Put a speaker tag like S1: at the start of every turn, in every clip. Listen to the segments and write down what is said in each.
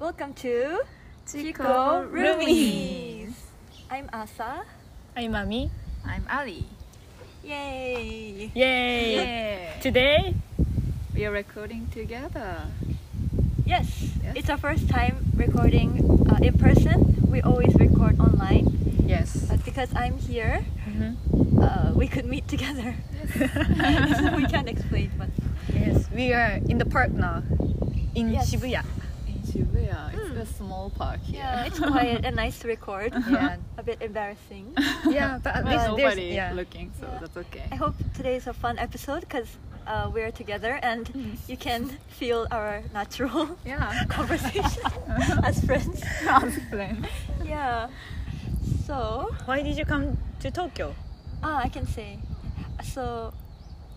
S1: Welcome to
S2: Chico Roomies.
S1: I'm Asa.
S2: I'm Ami.
S3: I'm Ali.
S1: Yay!
S2: Yay!
S3: Yeah.
S2: Today,
S3: We are recording together.
S1: Yes,
S3: Yes.
S1: it's our first time recording uh, in person. We always record online,
S3: Yes.
S1: but because I'm here, uh, we could meet together. so we can't explain, but
S2: yes, we are in the park now in
S1: Yes.
S2: Shibuya.
S3: In Shibuya, it's a small park here.
S1: yeah, it's quiet and nice to record.
S2: Yeah,
S1: A bit embarrassing.
S2: yeah, but at
S3: But
S2: least there's
S3: nobody
S2: yeah.
S3: looking, so
S1: Yeah.
S3: that's okay.
S1: I hope today's a fun episode because uh, we're together and you can feel our natural
S3: Yeah.
S1: conversation as friends.
S3: Explain.
S1: Yeah. So,
S2: Why did you come to Tokyo?
S1: ah, I can say. So,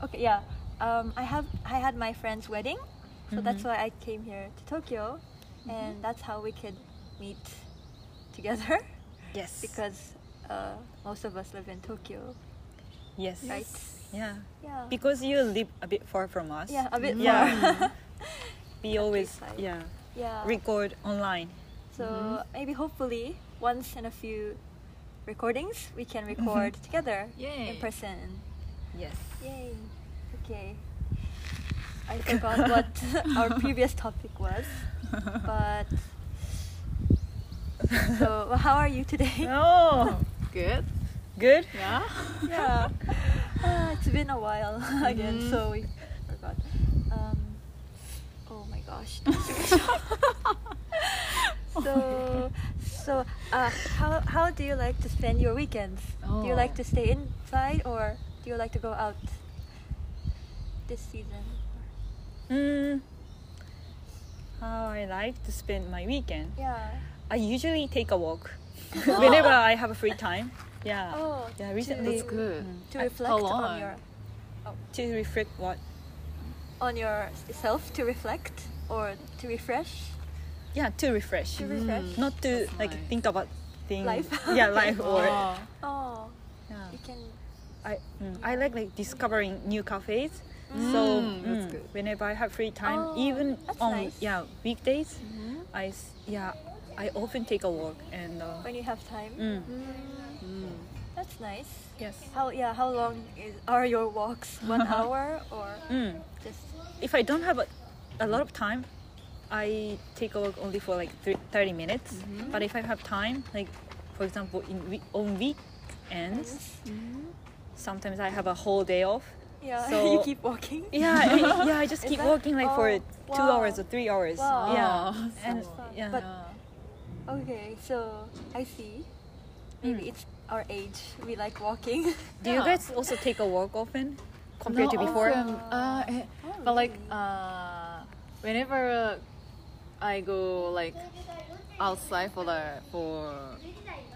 S1: okay, yeah. Um, I have I had my friend's wedding, so that's
S2: Mm-hmm.
S1: why I came here to Tokyo, and that's how we could meet together
S2: Yes,
S1: because uh, most of us live in Tokyo,
S2: yes,
S1: right?
S2: yeah,
S1: Yeah.
S2: because you live a bit far from us.
S1: Yeah, a bit
S2: Yeah.
S1: more.
S2: we always
S1: side.
S2: yeah
S1: yeah.
S2: record online.
S1: So
S2: mm-hmm.
S1: maybe hopefully once in a few recordings we can record
S2: Mm-hmm.
S1: together in
S3: Yay.
S1: person.
S2: Yes,
S1: Yay. Okay. I forgot what our previous topic was, but so well, how are you today?
S2: oh,
S3: Good.
S2: good.
S3: Yeah.
S1: yeah, Ah, it's been a while again, so we forgot. Um, oh my gosh. so, so uh, how how do you like to spend your weekends? Do you
S3: Oh.
S1: like to stay inside or do you like to go out this season?
S2: Mm. How I like to spend my weekend.
S1: Yeah.
S2: I usually take a walk whenever I have a free time. Yeah.
S1: Oh.
S2: Yeah, recently-
S1: to,
S2: That's
S3: good.
S1: To
S2: I-
S1: reflect
S3: how
S1: on
S3: long?
S1: your oh,
S2: To reflect what?
S1: on yourself, to reflect or to refresh,
S2: Yeah, to refresh.
S1: to refresh.
S2: Not to
S3: Mm. That's
S2: like
S3: nice.
S2: think about things.
S1: Life.
S2: Yeah, life or.
S3: Oh.
S1: Oh,
S2: Yeah.
S1: you can.
S2: I mm, I like like discovering new cafes. So
S3: Mm, that's good.
S2: whenever I have free time,
S1: Oh,
S2: even
S1: that's
S2: on
S1: nice.
S2: yeah weekdays,
S3: Mm-hmm.
S2: I s- yeah I often take a walk and uh,
S1: when you have time.
S2: Mm.
S3: Mm.
S1: That's nice.
S2: yes.
S1: How yeah? How long is, are your walks? One hour or
S2: Mm.
S1: just?
S2: If I don't have a, a lot of time, I take a walk only for like thr- thirty minutes. But if I have time, like for example in we- on weekends, sometimes I have a whole day off.
S1: Yeah, you
S2: So-
S1: keep walking.
S2: Yeah, I, yeah. I just
S1: Is
S2: keep
S1: that-
S2: walking like for
S1: oh,
S2: two
S1: wow.
S2: hours or three hours.
S1: Wow.
S2: Yeah,
S3: Oh,
S2: and
S3: so-
S2: yeah,
S1: But-
S3: Yeah.
S1: Okay, so I see. Maybe
S2: Mm.
S1: it's our age. We like walking.
S2: Do you guys also take a walk often compared to
S3: Not
S2: before?
S3: often, uh, eh,
S1: Oh,
S3: but like
S1: really?
S3: uh, whenever I go like outside for the for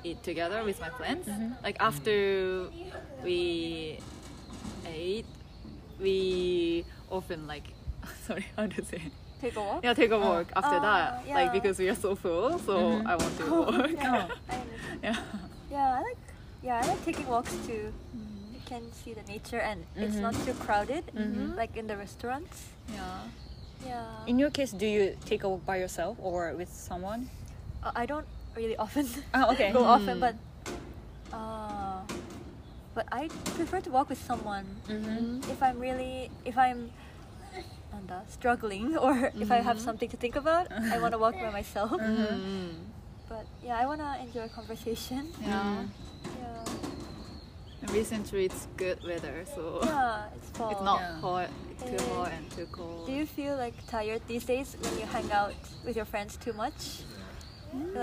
S3: eat together with my friends,
S1: Mm-hmm.
S3: like after we ate, we often like sorry how to say it?
S1: Take a walk.
S3: yeah take a walk after
S1: Ah,
S3: that like
S1: yeah. Mm-hmm.
S3: because we are so full so I want to walk
S1: Yeah, I understand.
S3: yeah
S1: Yeah, I like. Yeah, I like taking walks too. You can see the nature and it's not
S2: Mm-hmm.
S1: too crowded, like in the restaurants.
S3: yeah
S1: Yeah.
S2: In your case, do you take a walk by yourself or with someone?
S1: Uh, I don't really often
S2: Oh, okay.
S1: go often, but uh, but I prefer to walk with someone
S2: Mm-hmm.
S3: Mm-hmm.
S1: if I'm really if I'm nanda, struggling or if I
S2: Mm-hmm.
S1: have something to think about. I want to walk by myself.
S3: Mm.
S1: But yeah, I want to enjoy conversation.
S3: yeah
S1: Yeah,
S3: And Mm-hmm. recently it's good weather so
S1: Oh, yeah, it's fall.
S3: it's not
S2: Yeah.
S3: hot too
S1: Yeah.
S3: hot and too cold
S1: Do you feel like tired these days when you hang out with your friends too much?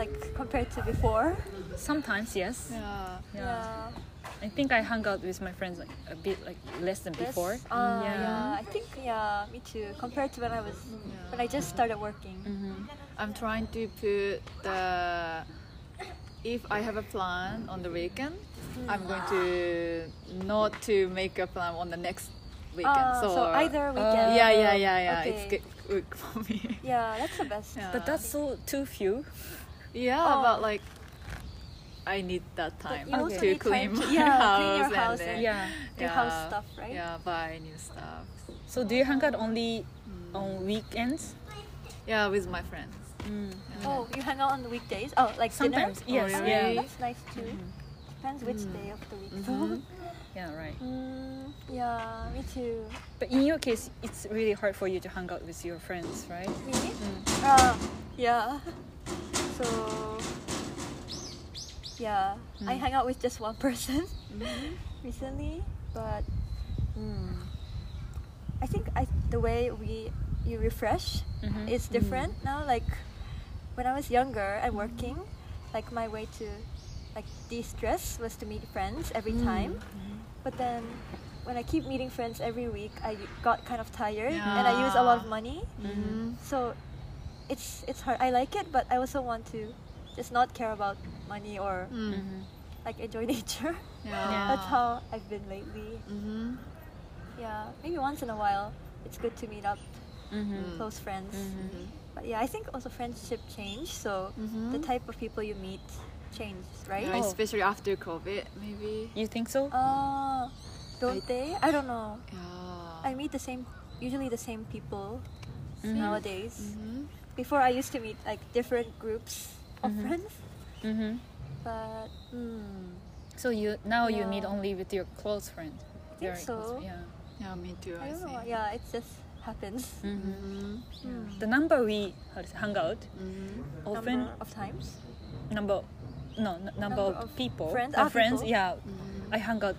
S1: Like compared to before?
S2: Sometimes, yes.
S3: yeah
S2: Yeah. I think I hung out with my friends like, a bit like less than
S1: Yes.
S2: before.
S1: Ah,
S2: Yeah.
S1: yeah. I think yeah, me too. Compared to when I was when I just started working.
S2: Mm,
S3: I'm trying to put the if I have a plan on the weekend,
S1: Mm.
S3: I'm going to not to make a plan on the next weekend.
S1: Ah, so, either weekend.
S3: uh, oh, yeah, yeah, yeah, yeah. It's
S1: Okay.
S3: good, good for me.
S1: Yeah, that's the best.
S3: Yeah.
S2: But that's so too few.
S3: Yeah,
S1: Oh.
S3: but like I need that time
S1: you also
S3: to
S1: need time
S3: clean
S1: to-
S3: my
S1: yeah,
S3: house,
S1: clean your house
S3: and then,
S1: and-
S2: Yeah.
S1: Do house stuff, right?
S3: Yeah, buy new stuff.
S2: So do you hang out only on weekends?
S3: Yeah, with my friends.
S1: Oh, you hang out on the weekdays? Oh, like
S2: Sometimes,
S1: dinner? Oh,
S2: yes, yeah.
S1: That's nice too. Depends which day of the week.
S3: Mhm.
S2: Yeah, right.
S1: Mm, yeah, me too.
S2: But in your case, it's really hard for you to hang out with your friends, right?
S1: Me? Uh, yeah. So, yeah, I hang out with just one person recently, but mm, I think I the way we you refresh
S2: Mhm.
S1: is different now. Like when I was younger and working, like my way to like de-stress was to meet friends every time, but then. When I keep meeting friends every week, I got kind of tired and I use a lot of
S3: Yeah.
S1: money.
S3: Mm-hmm.
S1: So it's it's hard. I like it, but I also want to just not care about money or
S2: Mm-hmm.
S1: like enjoy nature.
S3: Mm. Yeah.
S1: That's how I've been lately.
S3: Mm-hmm.
S1: Yeah, maybe once in a while it's good to meet up
S2: Mm-hmm.
S3: Mm.
S1: close friends.
S3: Mm-hmm.
S2: Mhm.
S1: But yeah, I think also friendship change. So the type of people you meet changes, right?
S3: Yeah,
S2: Oh.
S3: especially after COVID, maybe.
S2: You think so?
S1: Oh, don't
S3: I-
S1: they? I don't know.
S3: Yeah.
S1: I meet the same, usually the same people nowadays.
S3: Mm-hmm.
S1: Before I used to meet like different groups of friends,
S2: Mm-hmm.
S1: but mm,
S2: So you now you
S1: Yeah.
S2: meet only with your close friends. I
S1: think so.
S2: Yeah.
S3: Yeah, me too. Oh,
S1: I
S3: I,
S1: don't know.
S3: think.
S1: Yeah, it just happens. Hmm.
S3: Mm-hmm.
S2: The number we how to say, hang out
S3: Mm-hmm.
S2: often
S1: Number of times.
S2: number no n- number,
S1: Number
S2: of,
S1: of
S2: people
S1: friends? Ah,
S2: uh, friends
S1: people. Mm-hmm.
S2: yeah I hang out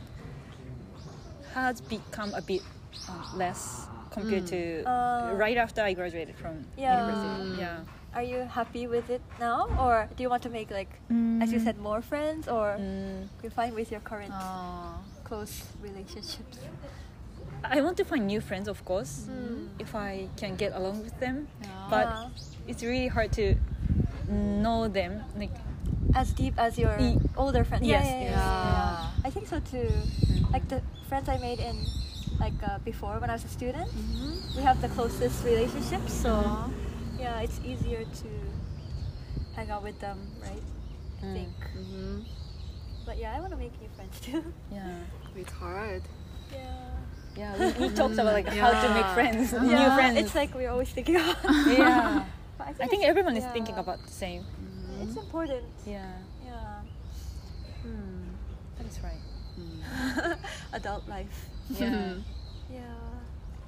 S2: has become a bit um, less compared to
S1: Uh,
S2: right after I graduated from
S1: Yeah. Mm.
S2: university yeah
S1: Are you happy with it now, or do you want to make like, as you said, more friends, or
S2: Mm,
S1: you're fine with your current
S2: Uh.
S3: Oh.
S1: close relationships?
S2: I want to find new friends of course
S1: Mm.
S3: Hmm.
S2: if I can get along with them
S3: Yeah.
S2: but
S1: Hmm. Yeah.
S2: it's really hard to know them like
S1: as deep as your
S2: Ye-
S1: older friends.
S2: E- yes, yes. Hmm.
S3: Yeah.
S1: I think so too. Like the friends I made in like uh, before when I was a student,
S3: Mm-hmm.
S1: we have the closest relationships. So
S2: Uh-huh.
S3: Aw.
S1: yeah, it's easier to hang out with them, right?
S2: Mm.
S1: I think.
S3: Mm-hmm.
S1: But yeah, I want to make new friends too.
S2: yeah
S3: It's hard.
S1: yeah.
S2: yeah we, we talked about like how to make
S3: Yeah.
S2: friends new
S1: Yeah,
S2: friends
S1: It's like we're always thinking about.
S2: yeah
S1: But
S2: I think
S1: it's-
S2: everyone is
S1: yeah.
S2: thinking about the same
S3: Mm-hmm.
S1: It's important.
S2: yeah
S1: Yeah.
S2: that is right
S1: Adult life.
S2: yeah
S1: Yeah.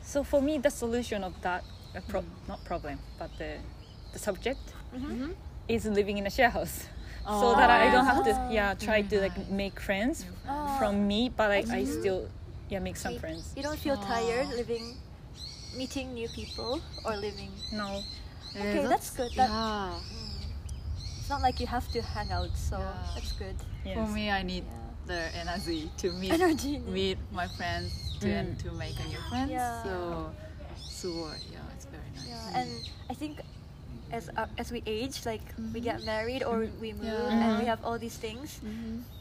S2: So for me, the solution of that uh, pro- not problem, but the the subject Mm-hmm. is living in a share house, so that I don't have to yeah try to like make friends
S1: Oh.
S2: from me, but I, I still yeah make some
S1: You-
S2: friends.
S1: You don't feel tired living, meeting new people or living.
S2: No,
S1: Okay, that's good. That-
S3: yeah.
S1: It's not like you have to hang out, so
S3: Yeah.
S1: that's good.
S2: yes.
S3: For me, I need
S1: Yeah.
S3: the energy to meet
S1: Energy. Mm.
S3: meet my friends to and to make a new friends.
S1: Yeah.
S3: So, so yeah, it's very nice.
S1: Yeah, and I think as uh, as we age, like we get married or we move,
S3: Mm-hmm. Yeah. Mm-hmm.
S1: and we have all these things.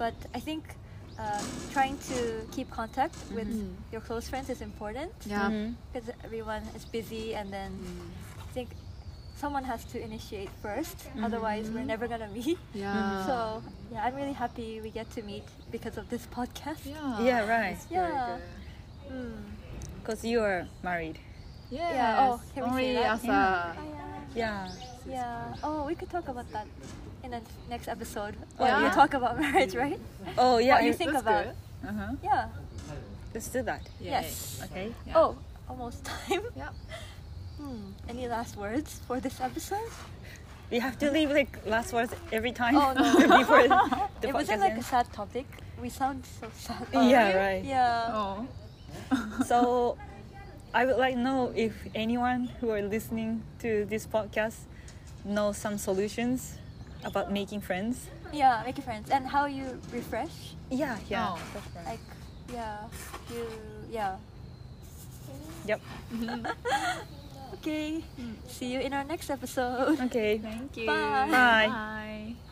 S1: But I think uh, trying to keep contact with
S3: Mm-hmm.
S1: your close friends is important
S3: Yeah.
S2: Mhm.
S1: because everyone is busy, and then
S3: Mm-hmm.
S1: I think someone has to initiate 1st Otherwise, we're never gonna meet.
S3: Yeah.
S1: So yeah, I'm really happy we get to meet because of this podcast.
S3: yeah.
S2: yeah right
S3: Very
S1: Yeah.
S3: good.
S1: Mm.
S2: because you are married.
S3: Yes.
S1: oh, can we say
S3: Only
S1: that?
S3: as
S2: Yeah.
S3: a
S1: Oh, yeah.
S2: Yeah,
S1: Yeah. Oh, we could talk about that in the next episode.
S2: Oh,
S1: When we
S2: yeah.
S1: talk about marriage, right?
S2: oh yeah.
S1: what you
S2: I-
S1: think
S3: that's
S1: about?
S3: good.
S2: Uh-huh.
S1: Yeah.
S2: Let's do that.
S3: Yeah.
S1: Yes.
S2: Okay.
S3: Yeah.
S1: Oh, almost time.
S3: Yeah.
S1: Hmm. Any last words for this episode?
S2: We have to leave like last words every time
S1: Oh, no.
S2: before the
S1: it
S2: podcast
S1: wasn't like a
S2: ends.
S1: sad topic. We sound so sad.
S2: Yeah right.
S1: Yeah.
S3: Oh.
S2: So I would like to know if anyone who are listening to this podcast knows some solutions about making friends.
S1: Yeah. Make your friends and how you refresh.
S2: Yeah, yeah.
S3: Oh.
S2: That's right.
S1: Like, yeah. You. Yeah.
S2: Yep.
S1: Okay. Hmm. See you in our next episode.
S2: Okay.
S3: Thank you.
S1: Bye.
S2: Bye.
S3: Bye.